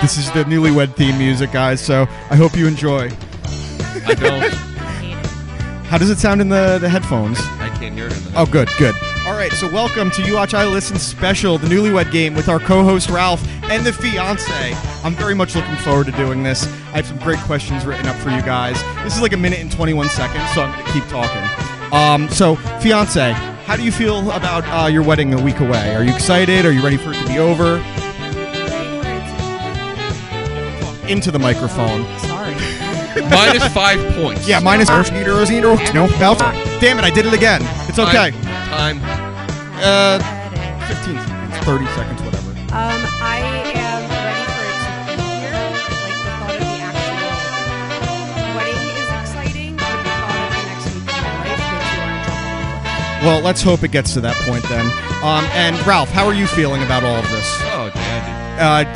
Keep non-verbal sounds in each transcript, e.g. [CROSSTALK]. This is the newlywed theme music, guys. So I hope you enjoy. I don't. Hate it. How does it sound in the, the headphones? I can't hear it. In the Oh, good, good. All right, so welcome to You Watch I Listen special, the newlywed game with our co host Ralph and the fiance. I'm very much looking forward to doing this. I have some great questions written up for you guys. This is like a minute and 21 seconds, so I'm going to keep talking. Um, so, fiance, how do you feel about uh, your wedding a week away? Are you excited? Are you ready for it to be over? Into the microphone. Sorry. Minus five points. Yeah, minus euros, euros. No, Ralph. Damn it, I did it again. It's okay. Time. time. Uh, 15 seconds, 30 seconds, whatever. Um, I am ready for it to be here. Like the thought of the actual wedding is exciting, but the thought of the next week of my life makes me want to jump off. the cliff. Well, let's hope it gets to that point then. Um, and Ralph, how are you feeling about all of this? Oh, dandy.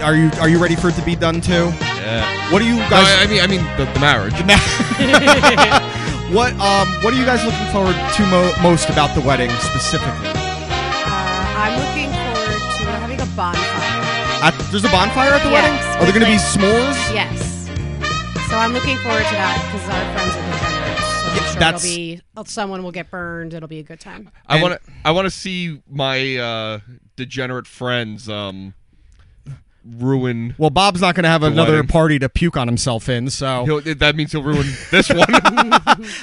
Uh, are you are you ready for it to be done too? Yeah. What are you No, I, I guys? mean, I mean the, the marriage. [LAUGHS] what um what are you guys looking forward to mo- most about the wedding specifically? Uh, I'm looking forward to we're having a bonfire. At, there's a bonfire at the Yes, wedding. Are there with going to be like- s'mores? Yes. So I'm looking forward to that because our friends are degenerates. So I'm Yeah, sure that's- it'll be oh, someone will get burned. It'll be a good time. I And- want to. I want to see my uh, degenerate friends um, ruin. Well, Bob's not going to have another wedding. party to puke on himself in, so. He'll, that means he'll ruin [LAUGHS] this one.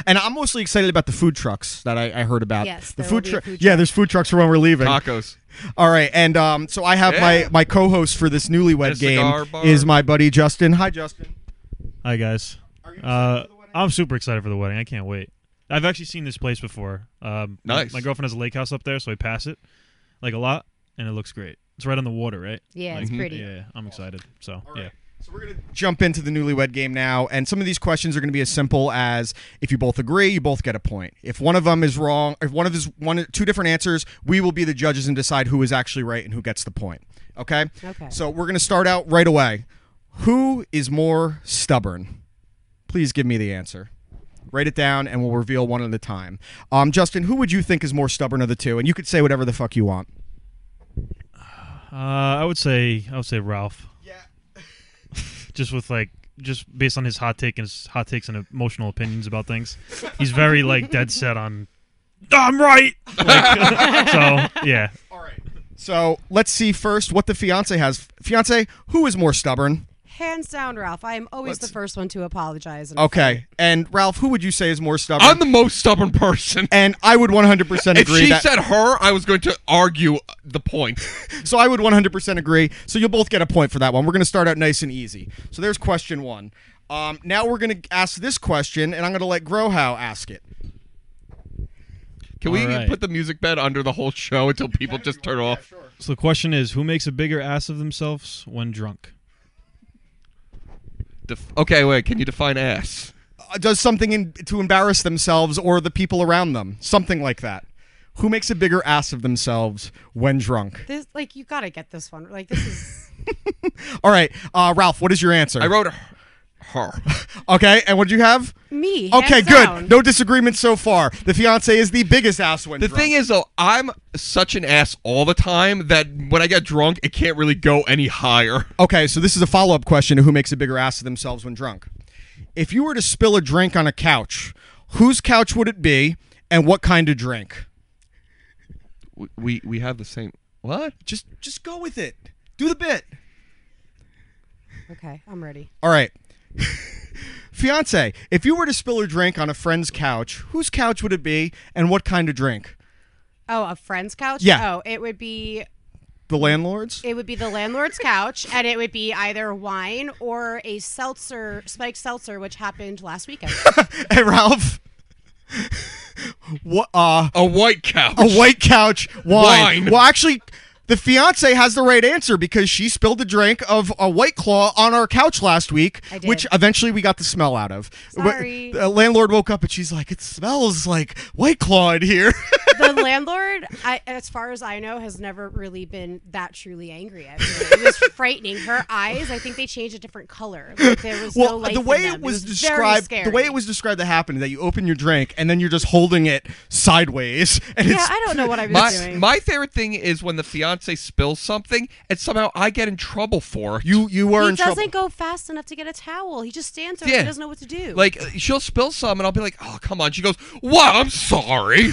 And I'm mostly excited about the food trucks that I, I heard about. Yes, the there food, will be a truck. food Yeah, truck. there's food trucks for when we're leaving. Tacos. All right, and um, so I have my Yeah. my co-host for this newlywed And a cigar game bar. is my buddy Justin. Hi, Justin. Hi guys. Uh, I'm super excited for the wedding. I can't wait. I've actually seen this place before. Um, my- Nice. My girlfriend has a lake house up there, so I pass it like a lot, and it looks great. It's right on the water, right? Yeah, Like, it's pretty. Yeah, I'm excited. So All right. yeah. So we're gonna jump into the newlywed game now, and some of these questions are gonna be as simple as if you both agree, you both get a point. If one of them is wrong, if one of his one two different answers, we will be the judges and decide who is actually right and who gets the point. Okay. Okay. So we're gonna start out right away. Who is more stubborn? Please give me the answer. Write it down, and we'll reveal one at a time. Um, Justin, who would you think is more stubborn of the two? And you could say whatever the fuck you want. Uh, I would say I would say Ralph, Yeah. [LAUGHS] just with like just based on his hot take and his hot takes and emotional opinions about things. He's very like dead set on. "Oh, I'm right. Like, [LAUGHS] so yeah. All right. So let's see first what the fiance has. Fiance, who is more stubborn? Hands down, Ralph. I am always the Let's- first one to apologize. and- Okay. And Ralph, who would you say is more stubborn? I'm the most stubborn person. and I would 100% [LAUGHS] If agree. she that- said her, I was going to argue the point. so I would 100% agree. So you'll both get a point for that one. We're going to start out nice and easy. So there's question one. Um, now we're going to ask this question, and I'm going to let Grohow ask it. Can we All right. put the music bed under the whole show until people just turn off? So the question is, who makes a bigger ass of themselves when drunk? Def- okay, wait. Can you define ass? Uh, does something in, to embarrass themselves or the people around them. Something like that. Who makes a bigger ass of themselves when drunk? This like you gotta get this one. Like this is All right, uh, Ralph, what is your answer? I wrote her. her. Okay, and what'd you have? me. Okay, hands good. down. No disagreement so far. The fiance is the biggest ass when The drunk. thing is, though, I'm such an ass all the time that when I get drunk, it can't really go any higher. Okay, so this is a follow up question to who makes a bigger ass of themselves when drunk. If you were to spill a drink on a couch, whose couch would it be and what kind of drink? We we, we have the same. What? Just just go with it. Do the bit. Okay, I'm ready. All right. [LAUGHS] Fiance, if you were to spill a drink on a friend's couch, whose couch would it be and what kind of drink? Oh, a friend's couch. Yeah. Oh, it would be The landlord's? [LAUGHS] it would be the landlord's couch, and it would be either wine or a seltzer, spiked seltzer, which happened [LAUGHS] last weekend. hey, Ralph. [LAUGHS] what uh A white couch. a white couch wine. Wine. Well, actually, the fiance has the right answer because she spilled a drink of a white claw on our couch last week, I did. which eventually we got the smell out of. Sorry. The landlord woke up and she's like, "It smells like white claw in here." [LAUGHS] the the landlord, I, as far as I know, has never really been that truly angry at me. It was frightening. Her eyes, I think they changed a different color. Like, there was no Well, life the in way them. it was, very described, the way scary. it was described that happened, that you open your drink and then you're just holding it sideways, [LAUGHS] and Yeah, it's I don't know what I was My, doing. my favorite thing is when the fiance spills something and somehow I get in trouble for it. you you were he in trouble. doesn't go fast enough to get a towel. He just stands there. Yeah. He doesn't know what to do. Like she'll spill some and I'll be like, "Oh, come on." She goes, "What? I'm sorry."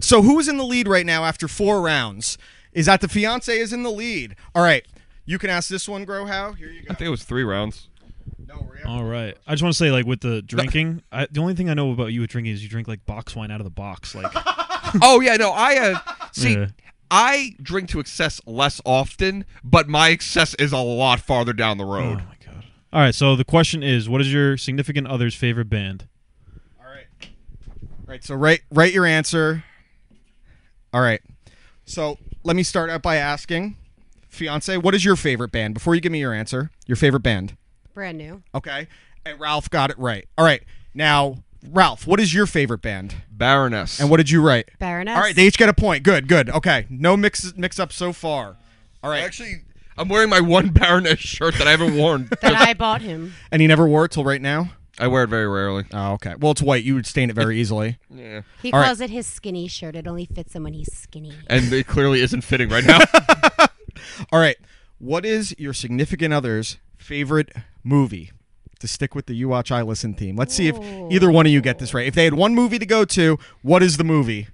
So who's in the lead right now after four rounds? Is that the fiance is in the lead? All right, you can ask this one, Grohow. Here you go. [LAUGHS] I think it was three rounds. No, we're All right. I just want to say, like, with the drinking, I, the only thing I know about you with drinking is you drink like box wine out of the box. Like, [LAUGHS] oh yeah, no, I uh, see. Yeah. I drink to excess less often, but my excess is a lot farther down the oh road. my god. All right. So the question is, what is your significant other's favorite band? All right. All right. So write write your answer. All right. So let me start out by asking, fiance, what is your favorite band? Before you give me your answer, your favorite band. brand new. Okay. And Ralph got it right. All right. Now, Ralph, what is your favorite band? Baroness. And what did you write? Baroness. All right. They each get a point. Good. Good. Okay. No mix mix up so far. All right. Actually, I'm wearing my one Baroness shirt [LAUGHS] that I haven't worn. that I bought him. And he never wore it till right now. I wear it very rarely. Oh, okay. Well, it's white. You would stain it very easily. Yeah. He All right. calls it his skinny shirt. It only fits him when he's skinny. And it clearly isn't fitting right [LAUGHS] now. All right. What is your significant other's favorite movie? To stick with the You Watch I Listen theme. Let's see if either one of you get this right. If they had one movie to go to, what is the movie?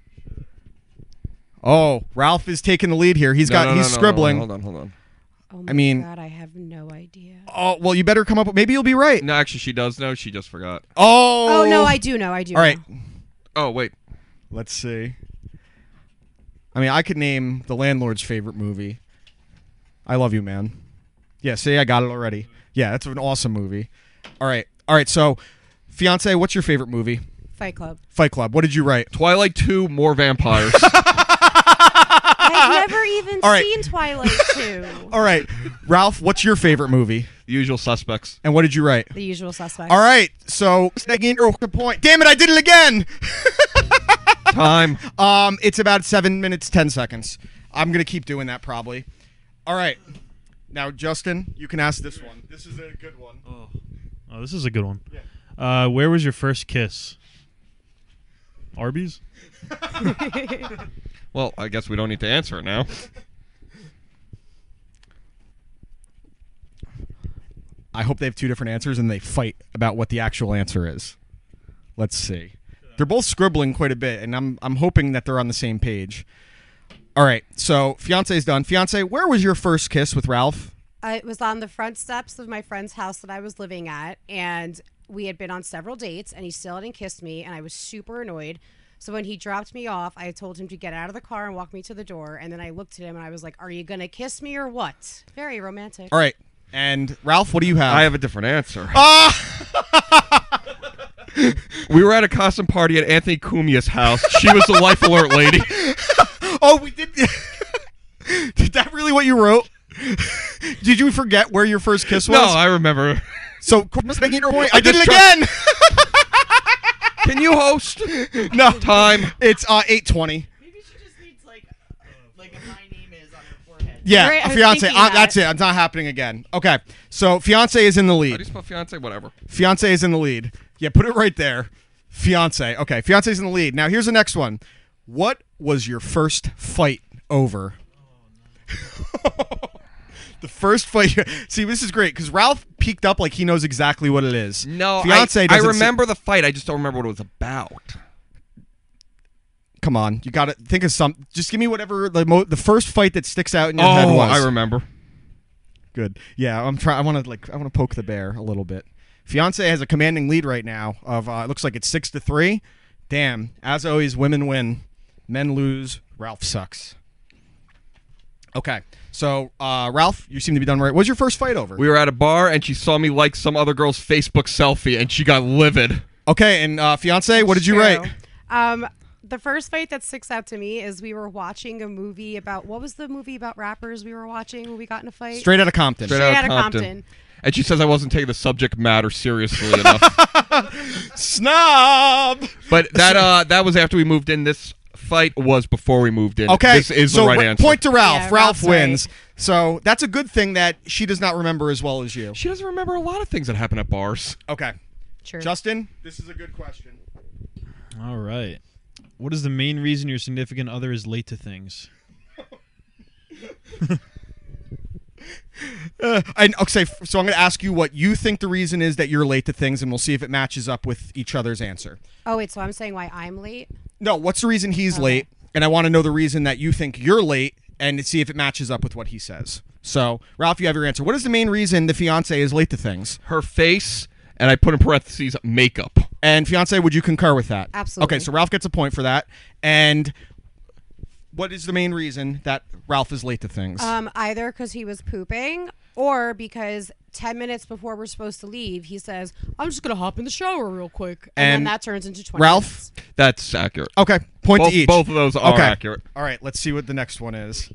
Oh, Ralph is taking the lead here. He's got he's scribbling. hold on, hold on. Oh my mean- God, I have no idea. Oh, well, you better come up with maybe you'll be right. No, actually, she does know. She just forgot. Oh. Oh, no, I do know. I do. All right. know. Oh wait, Let's see. I mean, I could name the landlord's favorite movie. I love you, man. Yeah, see, I got it already. Yeah, that's an awesome movie. All right. All right, so fiance, what's your favorite movie? [LAUGHS] Fight Club. Fight Club. What did you write? Twilight Two, more [LAUGHS] vampires. I've never even All right. seen Twilight [LAUGHS] 2. All right. Ralph, what's your favorite movie? the usual suspects. And what did you write? the usual suspects. All right. So, second or point. Damn it, I did it again. [LAUGHS] [LAUGHS] Time. Um, it's about seven minutes ten seconds. I'm gonna keep doing that probably. All right. Now, Justin, you can ask this one. This is a good one. Oh, this is a good one. Uh, where was your first kiss? Arby's. Well, I guess we don't need to answer it now. I hope they have two different answers and they fight about what the actual answer is. Let's see. They're both scribbling quite a bit, and I'm I'm hoping that they're on the same page. All right. So, fiance's done. Fiance, where was your first kiss with Ralph? I it was on the front steps of my friend's house that I was living at, and we had been on several dates, and he still hadn't kissed me, and I was super annoyed. So when he dropped me off, I told him to get out of the car and walk me to the door, and then I looked at him and I was like, "Are you gonna kiss me or what?" Very romantic. All right. And Ralph, what do you have? I have a different answer. Ah! [LAUGHS] we were at a costume party at Anthony Cumia's house. She was the life alert [LAUGHS] lady. Oh, we did. [LAUGHS] did that really what you wrote? [LAUGHS] did you forget where your first kiss was? No, I remember. so making your point. I, I did it just again. [LAUGHS] Can you [LAUGHS] host? no, Time. it's uh, eight twenty. Maybe she just needs like, uh, like a my name is on her forehead. Yeah, Right, I a was fiance. thinking Uh, that. that's it. It's not happening again. Okay, so fiance is in the How do you lead. spell fiance? Whatever. Fiance is in the lead. Yeah, put it right there. Fiance. Okay, fiance's in the lead. Now here's the next one. What was your first fight over? [LAUGHS] the first fight. [LAUGHS] See, this is great because Ralph peeked up like he knows exactly what it is. No, fiance. I, I doesn't se- remember the fight. I just don't remember what it was about. Come on, you got to think of some. Just give me whatever the mo- the first fight that sticks out in your head Oh, was. I remember. Good. Yeah, I'm trying. I want to like I want to poke the bear a little bit. Fiance has a commanding lead right now. Of uh, it looks like it's six to three. Damn. As always, women win, men lose. Ralph sucks. Okay, so uh, Ralph, you seem to be done right. What's your first fight over? We were at a bar and she saw me like some other girl's Facebook selfie and she got livid. okay, and uh, fiance, what did you True. write? Um, the first fight that sticks out to me is we were watching a movie about what was the movie about rappers we were watching when we got in a fight? Straight out of Compton. Straight Straight Outta Outta Compton. And she says I wasn't taking the subject [LAUGHS] matter seriously enough. Snob. But that uh that was after we moved in this fight was before we moved in. Okay, This is so the right w- answer. point to Ralph. Yeah, Ralph Ralph's right. wins. So that's a good thing that she does not remember as well as you. she doesn't remember a lot of things that happen at bars. Okay, True. Justin, this is a good question. All right. What is the main reason your significant other is late to things? Uh, [LAUGHS] and okay, f- so I'm going to ask you what you think the reason is that you're late to things, and we'll see if it matches up with each other's answer. oh wait, so I'm saying why I'm late? No, what's the reason he's late? And I want to know the reason that you think you're late, and see if it matches up with what he says. So, Ralph, you have your answer. What is the main reason the fiance is late to things? Her face, and I put in parentheses makeup. And fiance, would you concur with that? Absolutely. Okay, so Ralph gets a point for that. And what is the main reason that Ralph is late to things? Um, either because he was pooping or because 10 minutes before we're supposed to leave, he says, I'm just going to hop in the shower real quick. And, And then that turns into 20 Ralph. minutes. That's accurate. Okay, point both, to each. both of those are Okay. accurate. All right, let's see what the next one is.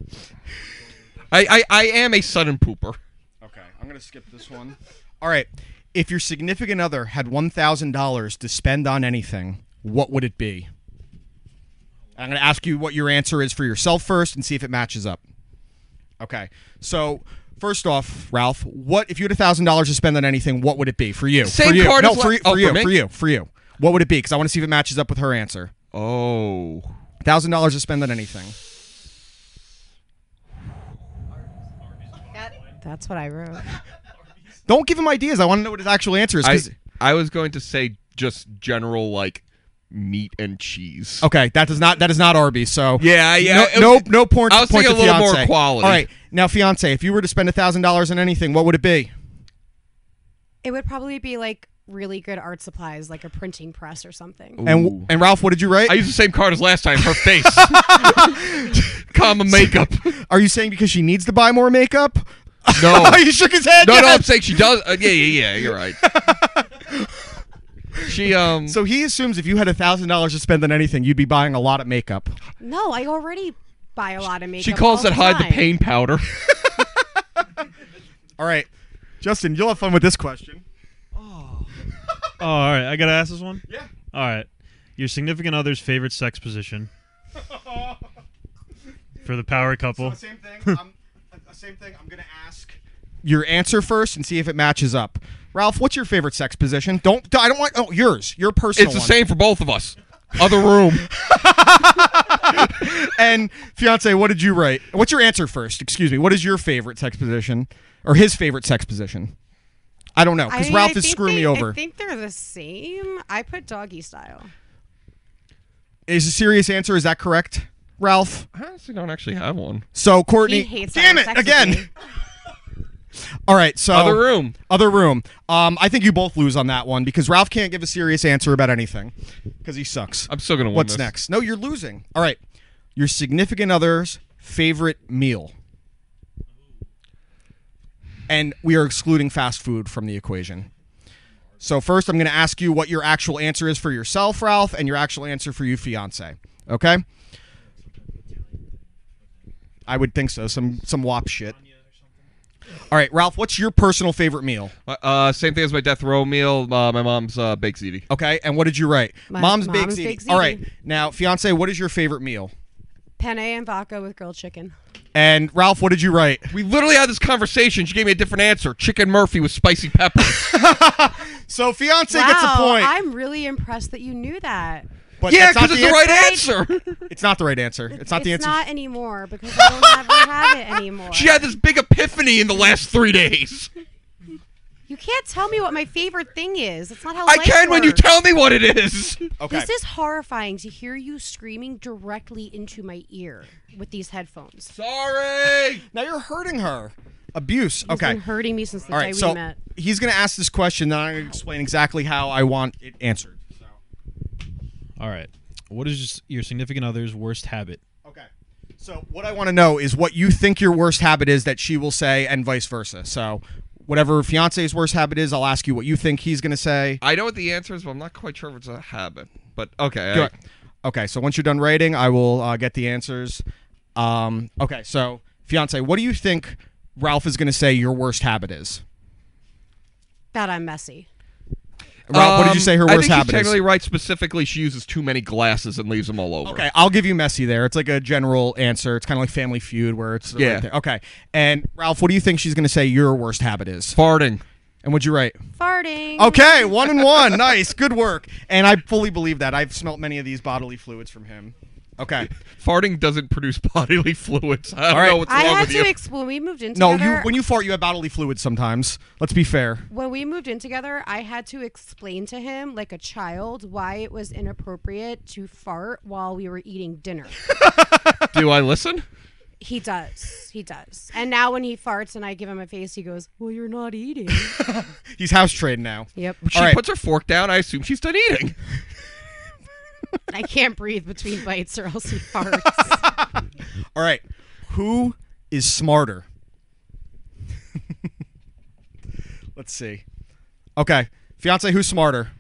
I, I, I am a sudden pooper. Okay, I'm gonna skip this one. All right, if your significant other had one thousand dollars to spend on anything, what would it be? I'm gonna ask you what your answer is for yourself first, and see if it matches up. Okay, so first off, Ralph, what if you had thousand dollars to spend on anything? What would it be for you? Same for you. card no, as for, la- you- oh, for for you, me? for you, for you. What would it be? Because I want to see if it matches up with her answer. Oh. Thousand dollars to spend on anything. That's what I wrote. Don't give him ideas. I want to know what his actual answer is. I, 'cause- I was going to say just general, like, meat and cheese. Okay, that does not that is not Arby's. So Yeah, yeah, no, it- no, no porn. I was point thinking to a little more fiance. quality. All right, now fiance, if you were to spend thousand dollars on anything, what would it be? It would probably be like really good art supplies, like a printing press or something. And Ooh. and Ralph, what did you write? I used the same card as last time. [LAUGHS] Her face, comma makeup. Are you saying because she needs to buy more makeup? [LAUGHS] No, he shook his head. no, no. I'm yes. saying she does. Uh, yeah, yeah, yeah. [LAUGHS] You're right. She um. So he assumes if you had thousand dollars to spend on anything, you'd be buying a lot of makeup. No, I already buy a lot of makeup. she calls all it hide the time. [LAUGHS] pain powder. All right, Justin, you'll have fun with this question. Oh, all right. I gotta ask this one. Yeah. All right. Your significant other's favorite sex position for the power couple. same thing. I'm, uh, same thing. I'm gonna ask your answer first and see if it matches up. Ralph, what's your favorite sex position? Don't I don't want oh yours your personal. It's the one. same for both of us. Other [LAUGHS] room. And fiance, what did you write? What's your answer first? Excuse me. What is your favorite sex position or his favorite sex position? I don't know I because mean, Ralph I is think screwing they- me over. I think they're the same. I put doggy style. is a serious answer? Is that correct, Ralph? I honestly don't actually have one. So Courtney, He hates damn having it sex with again. me. [LAUGHS] All right, so Other room. Other room. Um, I think you both lose on that one because Ralph can't give a serious answer about anything because he sucks. I'm still gonna win. What's this. next? No, you're losing. All right, your significant other's favorite meal, and we are excluding fast food from the equation. So first, I'm going to ask you what your actual answer is for yourself, Ralph, and your actual answer for you, fiance. Okay? I would think so. Some some wop shit. All right, Ralph. What's your personal favorite meal? Uh, same thing as my death row meal. Uh, my mom's uh, baked ziti. Okay, and what did you write? My- mom's baked Mom's ziti. baked All right, ziti. now fiance, what is your favorite meal? Penne and vodka with grilled chicken. And Ralph, what did you write? We literally had this conversation. She gave me a different answer. Chicken Murphy with spicy pepper. [LAUGHS] So fiance wow, gets a point, I'm really impressed that you knew that. but yeah, that's not because the it's the right answer. answer. It's not the right answer. It's not the it's answer. not anymore because I don't [LAUGHS] ever have it anymore. She had this big epiphany in the last [LAUGHS] three days. you can't tell me what my favorite thing is. It's not how I life can when you works. tell me what it is. [LAUGHS] okay. This is horrifying to hear you screaming directly into my ear with these headphones. Sorry. now you're hurting her. Abuse. It's okay. been hurting me since the All day right. So we met. he's gonna ask this question, then I'm gonna explain exactly how I want it answered. So All right. What is just your significant other's worst habit? okay. So what I want to know is what you think your worst habit is that she will say, and vice versa. So whatever fiance's worst habit is, I'll ask you what you think he's gonna say. I know what the answer is, but I'm not quite sure if it's a habit. But okay. Good. Okay, so once you're done writing, I will uh, get the answers. Um, okay, so fiance, what do you think Ralph is going to say your worst habit is? That I'm messy. Rob, what did you Um, say her worst I think she's habit is? technically right. Specifically, she uses too many glasses and leaves them all over. Okay, I'll give you messy there. It's like a general answer. It's kind of like Family Feud, where it's right Yeah. there. Okay, and Ralph, what do you think she's going to say your worst habit is? Farting. And what'd you write? Farting. Okay, one and one. [LAUGHS] Nice, good work. And I fully believe that. I've smelt many of these bodily fluids from him. Okay, Farting doesn't produce [LAUGHS] bodily fluids. I don't All right. know what's I wrong had with to you. ex- when we moved in no, together. you when you fart, you have bodily fluids sometimes. Let's be fair. when we moved in together, I had to explain to him, like a child, why it was inappropriate to fart while we were eating [LAUGHS] dinner. Do I listen? he does. He does. And now when he farts and I give him a face, he goes, Well, you're not eating. He's house trained now. [LAUGHS] yep. She All right. puts her fork down. I assume she's done eating. I can't breathe between bites or [LAUGHS] else he farts. All right, who is smarter? [LAUGHS] Let's see. Okay, fiance, who's smarter?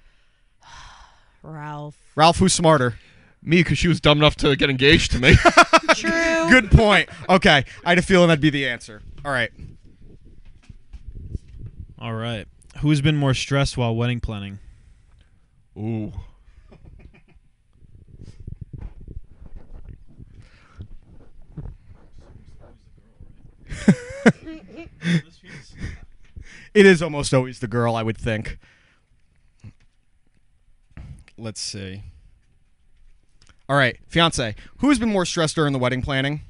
Ralph. Ralph, who's smarter? Me, because she was dumb enough to get engaged to me. [LAUGHS] True. Good point. Okay, I had a feeling that'd be the answer. All right. All right. Who has been more stressed while wedding planning? Ooh. It is almost always the girl, I would think. Let's see. All right, fiance, who has been more stressed during the wedding planning?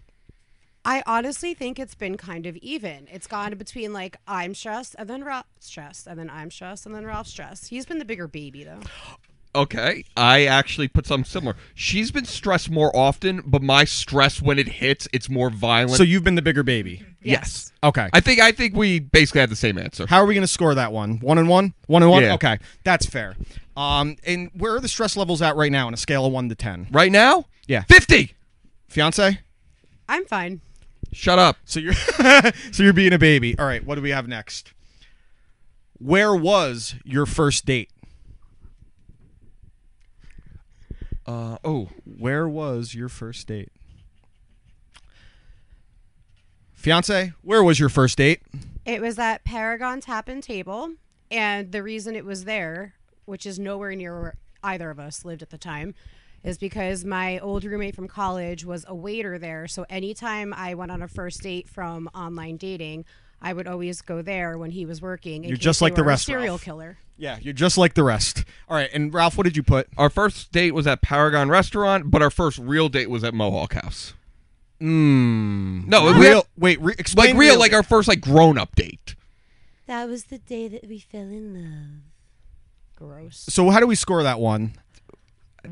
I honestly think it's been kind of even. It's gone between like I'm stressed and then Ralph's stressed and then I'm stressed and then Ralph's stressed. He's been the bigger baby though. Okay, I actually put something similar. She's been stressed more often, but my stress when it hits, it's more violent. So you've been the bigger baby. yes, Okay. I think I think we basically had the same answer. How are we going to score that one? One and one? One and one? Yeah. Okay, that's fair. Um, and where are the stress levels at right now on a scale of one to 10? Right now, Yeah. fifty. Fiance? I'm fine. Shut up. So you're [LAUGHS] so you're being a baby. All right, what do we have next? Where was your first date? Uh, oh, Where was your first date? Fiance, where was your first date? It was at Paragon Tap and Table, and the reason it was there, which is nowhere near where either of us lived at the time, is because my old roommate from college was a waiter there. So anytime I went on a first date from online dating, I would always go there when he was working. in You're case just they like the were a rest, serial Ralph. killer. Yeah, you're just like the rest. All right, and Ralph, what did you put? our first date was at Paragon Restaurant, but our first real date was at Mohawk House. Mm. No, we had- Hmm. Real, wait, re- explain like real, like our first like grown up date. That was the day that we fell in love. Gross. So how do we score that one?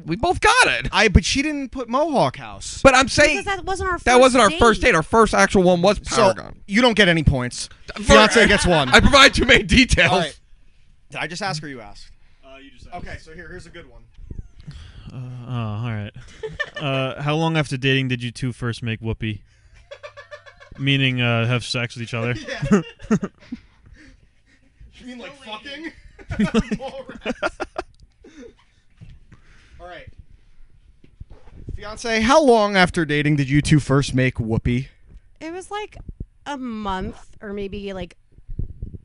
We both got it. I but she didn't put Mohawk House. But I'm saying Because that wasn't our first that wasn't our first date. Our first actual one was so Paragon. you don't get any points. For- Fiance gets one. [LAUGHS] I provide too many details. All right. Did I just ask or you asked? Uh, you just Okay, so here here's a [LAUGHS] good one. Oh, all right. uh, how long after dating did you two first make [LAUGHS] whoopee? Meaning, uh, have sex with each other. You mean like fucking? [LAUGHS] All right. Fiance, how long after dating did you two first make whoopee? It was like a month or maybe like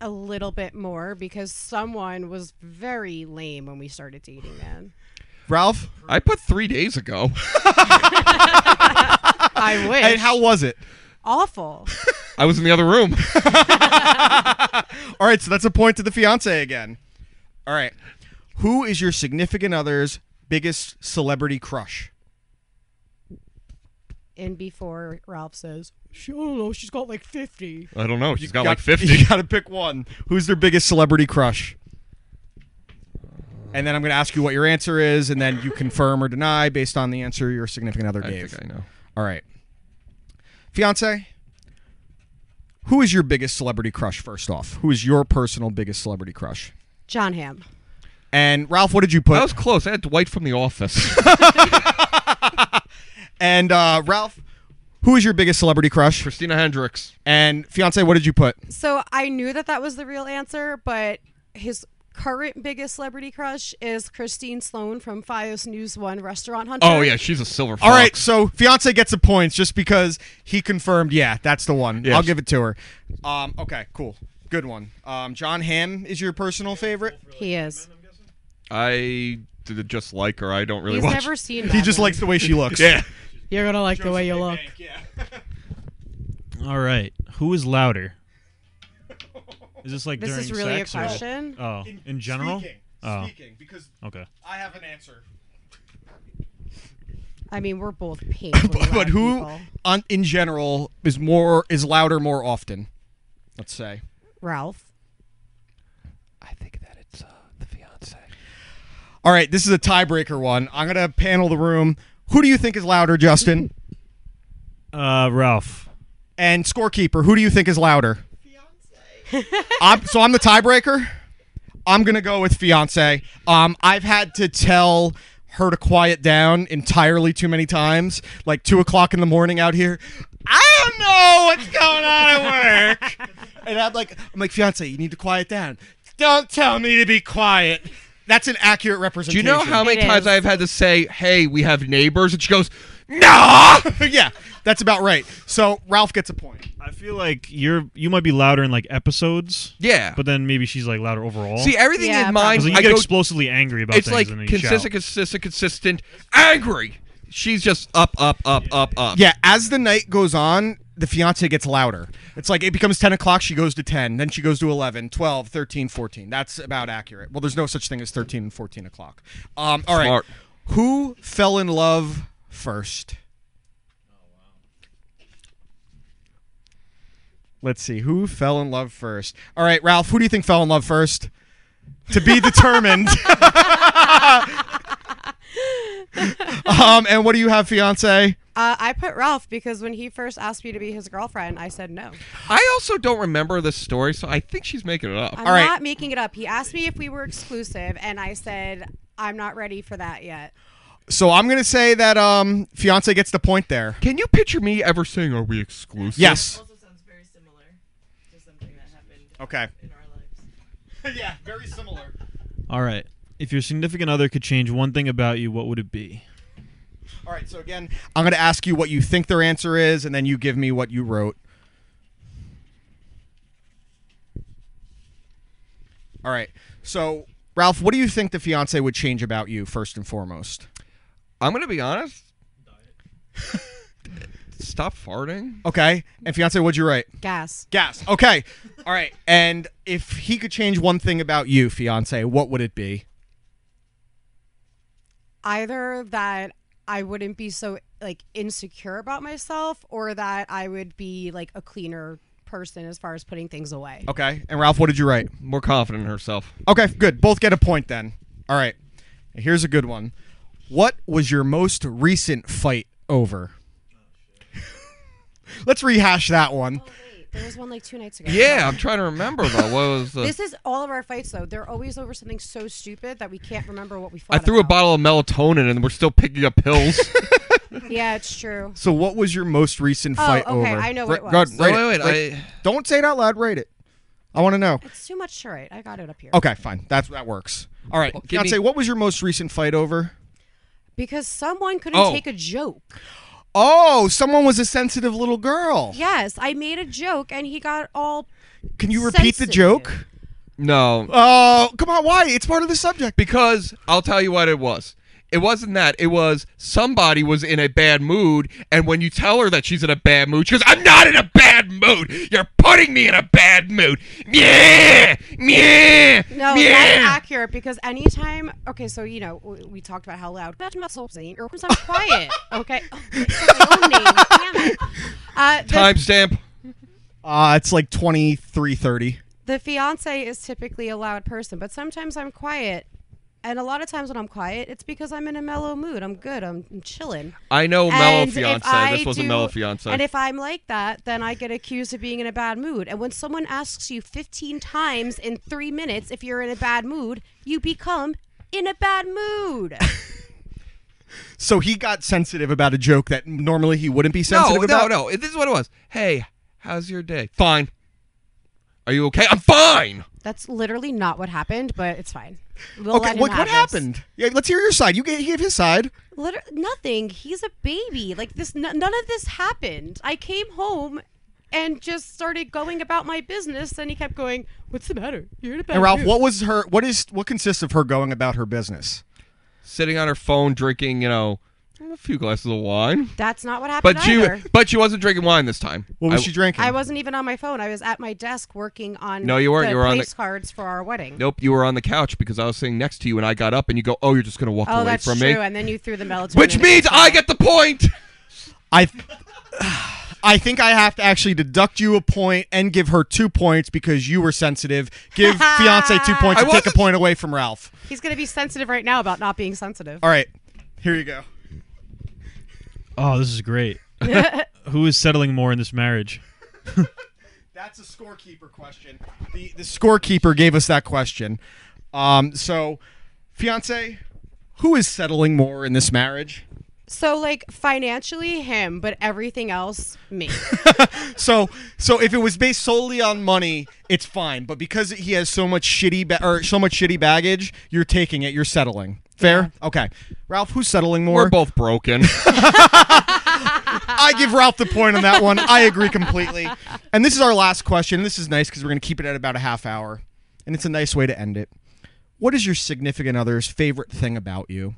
a little bit more because someone was very lame when we started dating then. Ralph? I put three days ago. I wish. [SIGHS] And how was it? awful. I was in the other room. All right, so that's a point to the fiance again. All right. Who is your significant other's biggest celebrity crush? And before Ralph says, she, I don't know, she's got like 50. I don't know. She's got, like Got- 50. [LAUGHS] You got to pick one. Who's their biggest celebrity crush? And then I'm going to ask you what your answer is, and then you confirm or deny based on the answer your significant other [LAUGHS] I gave. think I know. All right. Fiance, who is your biggest celebrity crush, first off? Who is your personal biggest celebrity crush? John Hamm. And Ralph, what did you put? That was close. I had Dwight from [LAUGHS] The Office. and uh, Ralph, who is your biggest celebrity crush? Christina Hendricks. And fiance, what did you put? So I knew that that was the real answer, but his current biggest celebrity crush is Christine Sloan from Fios News One Restaurant Hunter. Oh, yeah. She's a silver fox. All right, so fiance gets the points just because he confirmed. Yeah, that's the one. Yes. I'll give it to her. Um, okay, cool, good one. Um, John Hamm is your personal favorite. He is. I d- just like her. I don't really He's watch. never seen. He just Batman. likes the [LAUGHS] way she looks. yeah. You're gonna like the way you look. [LAUGHS] All right. Who is louder? Is this like This during is really a sex or- question. Oh, in, general? Speaking, Oh. speaking, because Okay. I have an answer. I mean, we're both [LAUGHS] pink. We're but, loud but who, people. on, in general, is more is louder more often? Let's say. Ralph. I think that it's uh, the fiance. All right, this is a tiebreaker one. I'm gonna panel the room. Who do you think is louder, Justin? Uh, Ralph. And scorekeeper, who do you think is louder? I'm, so I'm the tiebreaker. I'm gonna go with fiance. Um, I've had to tell her to quiet down entirely too many times. Like two o'clock in the morning out here. I don't know what's going on at work. and I'm like, I'm like, fiance, you need to quiet down. Don't tell me to be quiet. That's an accurate Do you representation. know how many It times is. I've had to say, "Hey, we have neighbors," and she goes, No. [LAUGHS] yeah, that's about right. So Ralph gets a point. I feel like you're you might be louder in like episodes, "Yeah." but then maybe she's like louder overall. See, everything Yeah, in Because mine, you I get go explosively angry about it's things like and then you consistent, shout. consistent, consistent, angry. She's just up, up, up, up, up. Yeah, as the night goes on, the fiance gets louder. It's like it becomes 10 o'clock, she goes to 10, then she goes to 11, 12, 13, 14. That's about accurate. Well, there's no such thing as 13 and 14 o'clock. Um, all right. Smart. Who fell in love first? Let's see. Who fell in love first? All right, Ralph, who do you think fell in love first? To be [LAUGHS] determined. [LAUGHS] um, and what do you have, fiance? Uh, I put Ralph because when he first asked me to be his girlfriend, I said no. I also don't remember this story, so I think she's making it up. I'm All right. not making it up. He asked me if we were exclusive, and I said I'm not ready for that yet. So I'm gonna say that um, fiance gets the point there. Can you picture me ever saying, "Are we exclusive?" Yes. Also sounds very similar to something that happened Okay. in our lives. [LAUGHS] yeah, very similar. All right. If your significant other could change one thing about you, what would it be? All right. So again, I'm gonna ask you what you think their answer is, and then you give me what you wrote. All right. So Ralph, what do you think the fiance would change about you first and foremost? I'm gonna be honest. [LAUGHS] Stop farting. Okay. And fiance, what'd you write? Gas. Gas. Okay. [LAUGHS] All right. And if he could change one thing about you, fiance, what would it be? Either that I wouldn't be so like insecure about myself, or that I would be like a cleaner person as far as putting things away. Oh. Okay. And Ralph, what did you write? More confident in herself. Okay, good. Both get a point then. All right. Here's a good one. What was your most recent fight over? [LAUGHS] Let's rehash that one. There was one like two nights ago. Yeah, I'm trying to remember though. What was the? This is all of our fights though. They're always over something so stupid that we can't remember what we fought. I threw a about. bottle of melatonin, and we're still picking up [LAUGHS] pills. Yeah, it's true. So, what was your most recent Oh, fight okay, over? I know Ra- what it go ahead, was. No, rate wait, wait, Rate- I- Don't say it out loud. Rate it. I want to know. It's too much to write. I got it up Oh. here. Okay, fine. That's that works. All right, give me- Beyonce, what was your most recent fight over? Because someone couldn't Oh. take a joke. Oh, someone was a sensitive little girl. Yes, I made a joke and he got all. Can you repeat the Sensitive. joke? no, Oh, come on. Why? It's part of the subject. because I'll tell you what it was. It wasn't that. It was somebody was in a bad mood, and when you tell her that she's in a bad mood, she goes, "I'm not in a bad mood. You're putting me in a bad mood." Yeah, yeah, No, yeah. not accurate because anytime. Okay, so, you know, we, we talked about how loud. But I'm not so obscene or I'm quiet. Okay. [LAUGHS] Oh, my own name. Damn it. Uh, the, Timestamp. Uh, it's like 2330. the fiance is typically a loud person, but sometimes I'm quiet. And a lot of times when I'm quiet, it's because I'm in a mellow mood. I'm good. I'm, I'm chilling. I know mellow And if fiance. This I was a do- mellow fiance. And if I'm like that, then I get accused of being in a bad mood. And when someone asks you 15 times in three minutes if you're in a bad mood, you become in a bad mood. [LAUGHS] So he got sensitive about a joke that normally he wouldn't be sensitive no, about. No, no, This is what it was. Hey, how's your day? Fine. Are you okay? I'm fine. That's literally not what happened, but it's fine. We'll let Okay, him what, have what this. happened? Yeah, let's hear your side. You gave, he gave his side. Liter- nothing. He's a baby. Like this, n- none of this happened. I came home and just started going about my business. And he kept going, "What's the matter? You're the better." And Ralph, dude." what was her? What is? What consists of her going about her business? Sitting on her phone, drinking, you know, a few glasses of wine. That's not what happened But she, either. but she wasn't drinking wine this time. What was I- she drinking? I wasn't even on my phone. I was at my desk working on No, you weren't. the You were on the- place cards for our wedding. Nope, you were on the couch because I was sitting next to you, and I got up, and you go, "Oh, you're just gonna walk Oh, away that's from true. me," And then you threw the melatonin. which in means the I towel. get the point. I, [SIGHS] I think I have to actually deduct you a point and give her two points because you were sensitive. [LAUGHS] Give fiance two points and I take a wasn't- point away from Ralph. He's gonna be sensitive right now about not being sensitive. All right, here you go. Oh, this is great. [LAUGHS] Who is settling more in this marriage? That's a scorekeeper question. The the scorekeeper gave us that question. Um, so, fiance, who is settling more in this marriage? So like financially him, but everything else [LAUGHS] me. So, so if it was based solely on money, it's fine. But because he has so much shitty ba- or so much shitty baggage, you're taking it. You're settling. Fair? Okay. Ralph, who's settling more? [LAUGHS] We're both [LAUGHS] broken. I give Ralph the point on that one. I agree completely. And this is our last question. This is nice because we're going to keep it at about a half hour. And it's a nice way to end it. What is your significant other's favorite thing about you?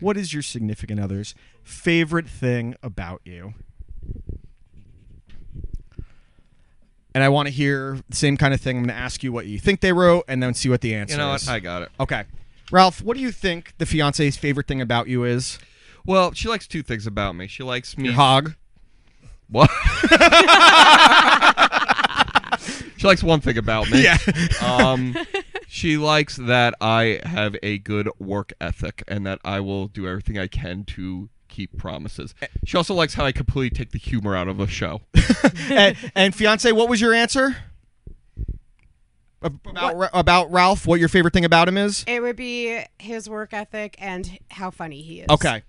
What is your significant other's favorite thing about you? And I want to hear the same kind of thing. I'm going to ask you what you think they wrote and then see what the answer you know is. what? I got it. okay. Ralph, what do you think the fiance's favorite thing about you is? Well, she likes two things about me. She likes me. Your hog. [LAUGHS] What? she likes one thing about me. Yeah. [LAUGHS] Um, she likes that I have a good work ethic and that I will do everything I can to keep promises. She also likes how I completely take the humor out of a show. and, and fiance, what was your answer? Ab- About Ra- about Ralph, what your favorite thing about him is? it would be his work ethic and how funny he is. Okay.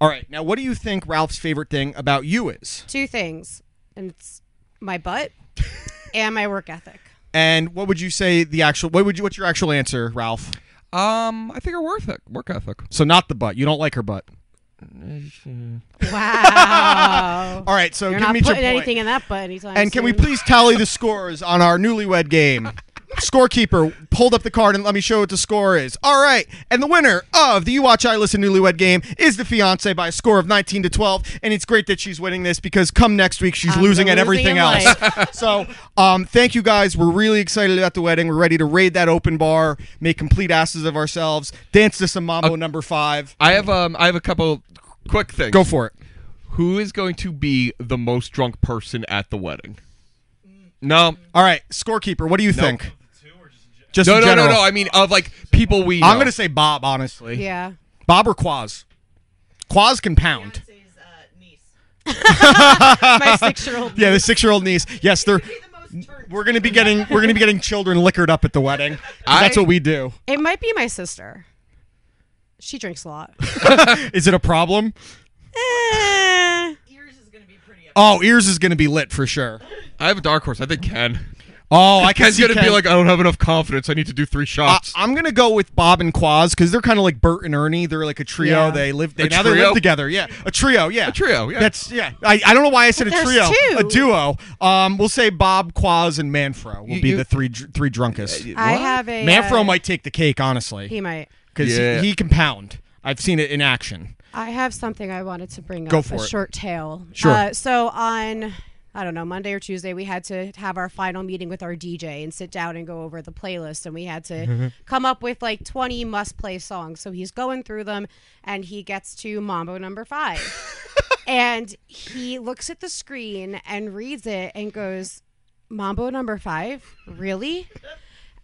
All right. Now, what do you think Ralph's favorite thing about you is? Two things, and it's [LAUGHS] my butt and my work ethic. And what would you say the actual? What would you? What's your actual answer, Ralph? Um, I think her work ethic. Work ethic. So not the butt. You don't like her butt. Wow. All right. So You're give not me your putting point. anything in that butt anytime and can we soon. please tally the scores on our newlywed game? Scorekeeper, hold up the card and let me show what the score is. All right, and the winner of the You Watch I Listen Newlywed Game is the fiance by a score of 19 to 12, and it's great that she's winning this because come next week she's I'm losing at everything losing in else. [LAUGHS] so, um, thank you guys. We're really excited about the wedding. We're ready to raid that open bar, make complete asses of ourselves, dance to some Uh, mambo number five. I have um, I have a couple quick things. Go for it. Who is going to be the most drunk person at the wedding? Mm. No, All right, scorekeeper, what do you think? Just no, in no, no, general. no. I mean, of like people we. Know. I'm gonna say Bob, honestly. [LAUGHS] Yeah. Bob or Quaz? Quaz can pound. Fiance's uh, niece. My [LAUGHS] six-year-old. Yeah, the six-year-old niece. Yes, they're. Be the most turned. We're gonna be getting we're gonna be getting children liquored up at the wedding. 'Cause that's I- what we do. It might be my sister. She drinks a lot. Is it a problem? Eh. Ears is gonna be pretty up. Oh, ears is gonna be lit for sure. I have a dark horse. I think Ken. Oh, I can Uh, Ken's see gonna be Ken. like, I don't have enough confidence. I need to do three I, shots. I'm gonna go with Bob and Quaz because they're kind of like Bert and Ernie. They're like a trio. Yeah. They live they, A now they trio? live together. Yeah, a trio. Yeah, a trio, yeah. That's yeah. I, I don't know why I said But a there's trio. two. A duo. Um, we'll say Bob, Quaz, and Manfro will You- be you- the three dr- three drunkest. I have a. Manfro uh, might take the cake, honestly. He might. because Yeah. he, he can pound. I've seen it in action. I have something I wanted to bring up. Go for a it. short tale. Sure. Uh, so on, I don't know, Monday or Tuesday, we had to have our final meeting with our DJ and sit down and go over the playlist, and we had Mm-hmm. to come up with like 20 must-play songs. So he's going through them, and he gets to Mambo [LAUGHS] number five, and he looks at the screen and reads it and goes, "Mambo number five, really?"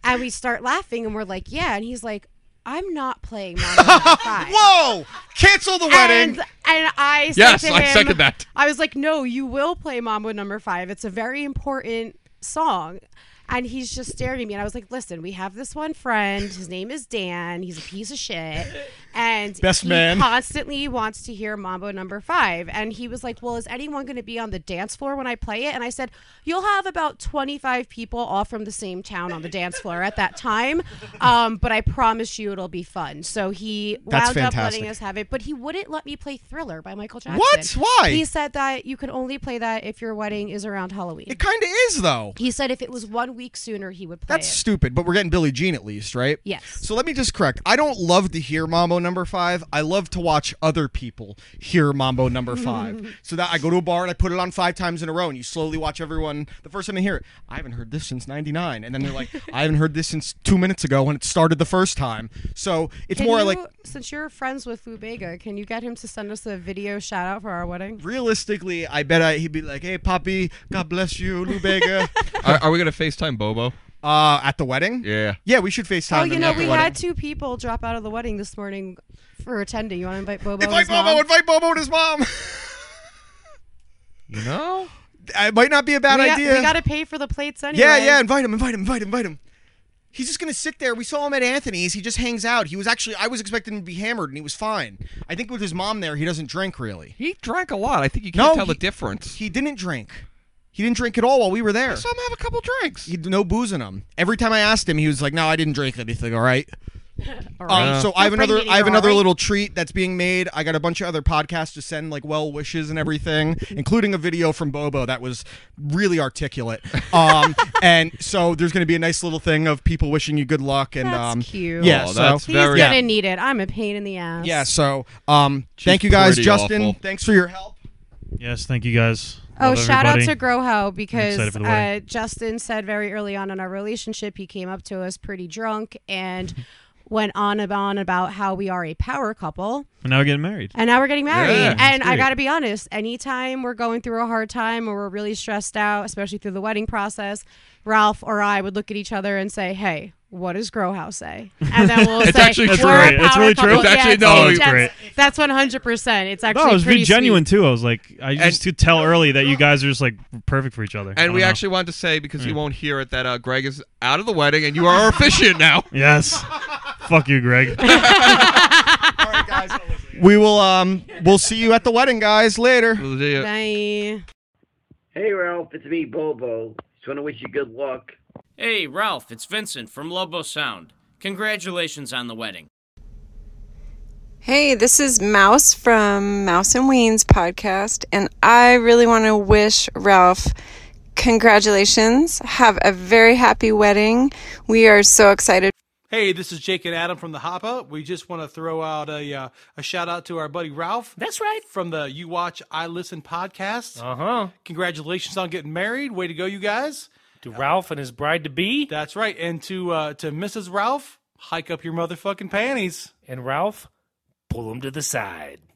And we start laughing, and we're like, "Yeah," and he's like. I'm not playing Mambo [LAUGHS] number five. Whoa! Cancel the And, wedding. and I said Yes, to I him- second that. I was like, no, you will play Mambo number five. It's a very important song. And he's just staring at me. And I was like, listen, we have this one friend. His name is Dan. He's a piece of shit. And Best he man. constantly wants to hear Mambo number five. And he was like, well, is anyone going to be on the dance floor when I play it? And I said, you'll have about 25 people all from the same town on the dance floor at that time. Um, but I promise you it'll be fun. So he That's wound up fantastic. letting us have it. But he wouldn't let me play Thriller by Michael Jackson. What? Why? He said that you can only play that if your wedding is around Halloween. It kind of is though. He said if it was one week sooner, he would play That's it. stupid, but we're getting Billie Jean at least, right? Yes. So let me just correct. I don't love to hear Mambo number five. I love to watch other people hear Mambo number [LAUGHS] five. so that I go to a bar and I put it on five times in a row, and you slowly watch everyone. The first time they hear it, I haven't heard this since '99, and then [LAUGHS] they're like, I haven't heard this since two minutes ago when it started the first time. So it's Can more you, like since you're friends with Lou Bega, can you get him to send us a video shout out for our wedding? realistically, I bet I, he'd be like, Hey, Poppy, God bless you, [LAUGHS] Lubega. Are, are we gonna FaceTime Bobo? uh, at the wedding. Yeah. Yeah, we should FaceTime. oh, you him know, at the we wedding. had two people drop out of the wedding this morning for attending. You want to invite Bobo? and Invite his mom? Bobo, invite Bobo and his mom. [LAUGHS] You know? It might not be a bad we got- idea. we got to pay for the plates anyway. yeah, yeah, invite him, invite him, invite him, invite him. He's just gonna sit there. We saw him at Anthony's. He just hangs out. He was actually I was expecting him to be hammered, and he was fine. I think with his mom there, he doesn't drink really. He drank a lot. I think you can't No, tell the he- difference. He didn't drink. He didn't drink at all while we were there. I saw him have a couple drinks. He no booze in him. Every time I asked him, he was like, "No, I didn't drink anything." All [LAUGHS] right. Um, so I have Don't bring another it in, I have all another right? little treat that's being made. I got a bunch of other podcasts to send like well wishes and everything, including a video from Bobo that was really articulate. [LAUGHS] Um, and so there's going to be a nice little thing of people wishing you good luck and That's um, cute. yeah, Aw, so that's He's very- yeah. gonna need it. I'm a pain in the ass. yeah, so um, She's thank you guys, pretty Justin. awful. Thanks for your help. Yes, thank you guys. Oh, Love shout everybody. out to Groho excited because for the uh, wedding. Justin said very early on in our relationship, he came up to us pretty drunk [LAUGHS] and went on and on about how we are a power couple And now we're getting married. and now we're getting married. Yeah, that's and I great. got to be honest, anytime we're going through a hard time or we're really stressed out, especially through the wedding process, Ralph or I would look at each other and say, hey, what does Grohouse say? And then [LAUGHS] we'll It's say, actually "We're true. a Right. It's power really couple." true. It's Yeah, actually- no, it's- it's that's, great. that's 100%. It's actually No, it was pretty be genuine sweet. too. I was like, I used to tell early that you guys are just like perfect for each other. I And don't we know. actually wanted to say because Hmm. you won't hear it that uh, Greg is out of the wedding and [LAUGHS] you are our officiant now. [LAUGHS] yes. Fuck you, Greg. All right, guys, we will um, we'll see you at the wedding, guys. Later. Bye. Hey, Ralph, it's me, Bobo. Just want to wish you good luck. Hey, Ralph, it's Vincent from Lobo Sound. Congratulations on the wedding. Hey, this is Mouse from Mouse and Weens podcast, and I really want to wish Ralph congratulations. Have a very happy wedding. We are so excited. Hey, this is Jake and Adam from the Hop Up. We just want to throw out a uh, a shout out to our buddy Ralph. That's right. from the You Watch I Listen podcast. Uh huh. Congratulations on getting married. Way to go, you guys. To Ralph and his bride to be. That's right. And to uh, to Mrs. Ralph, hike up your motherfucking panties. And Ralph, pull him to the side.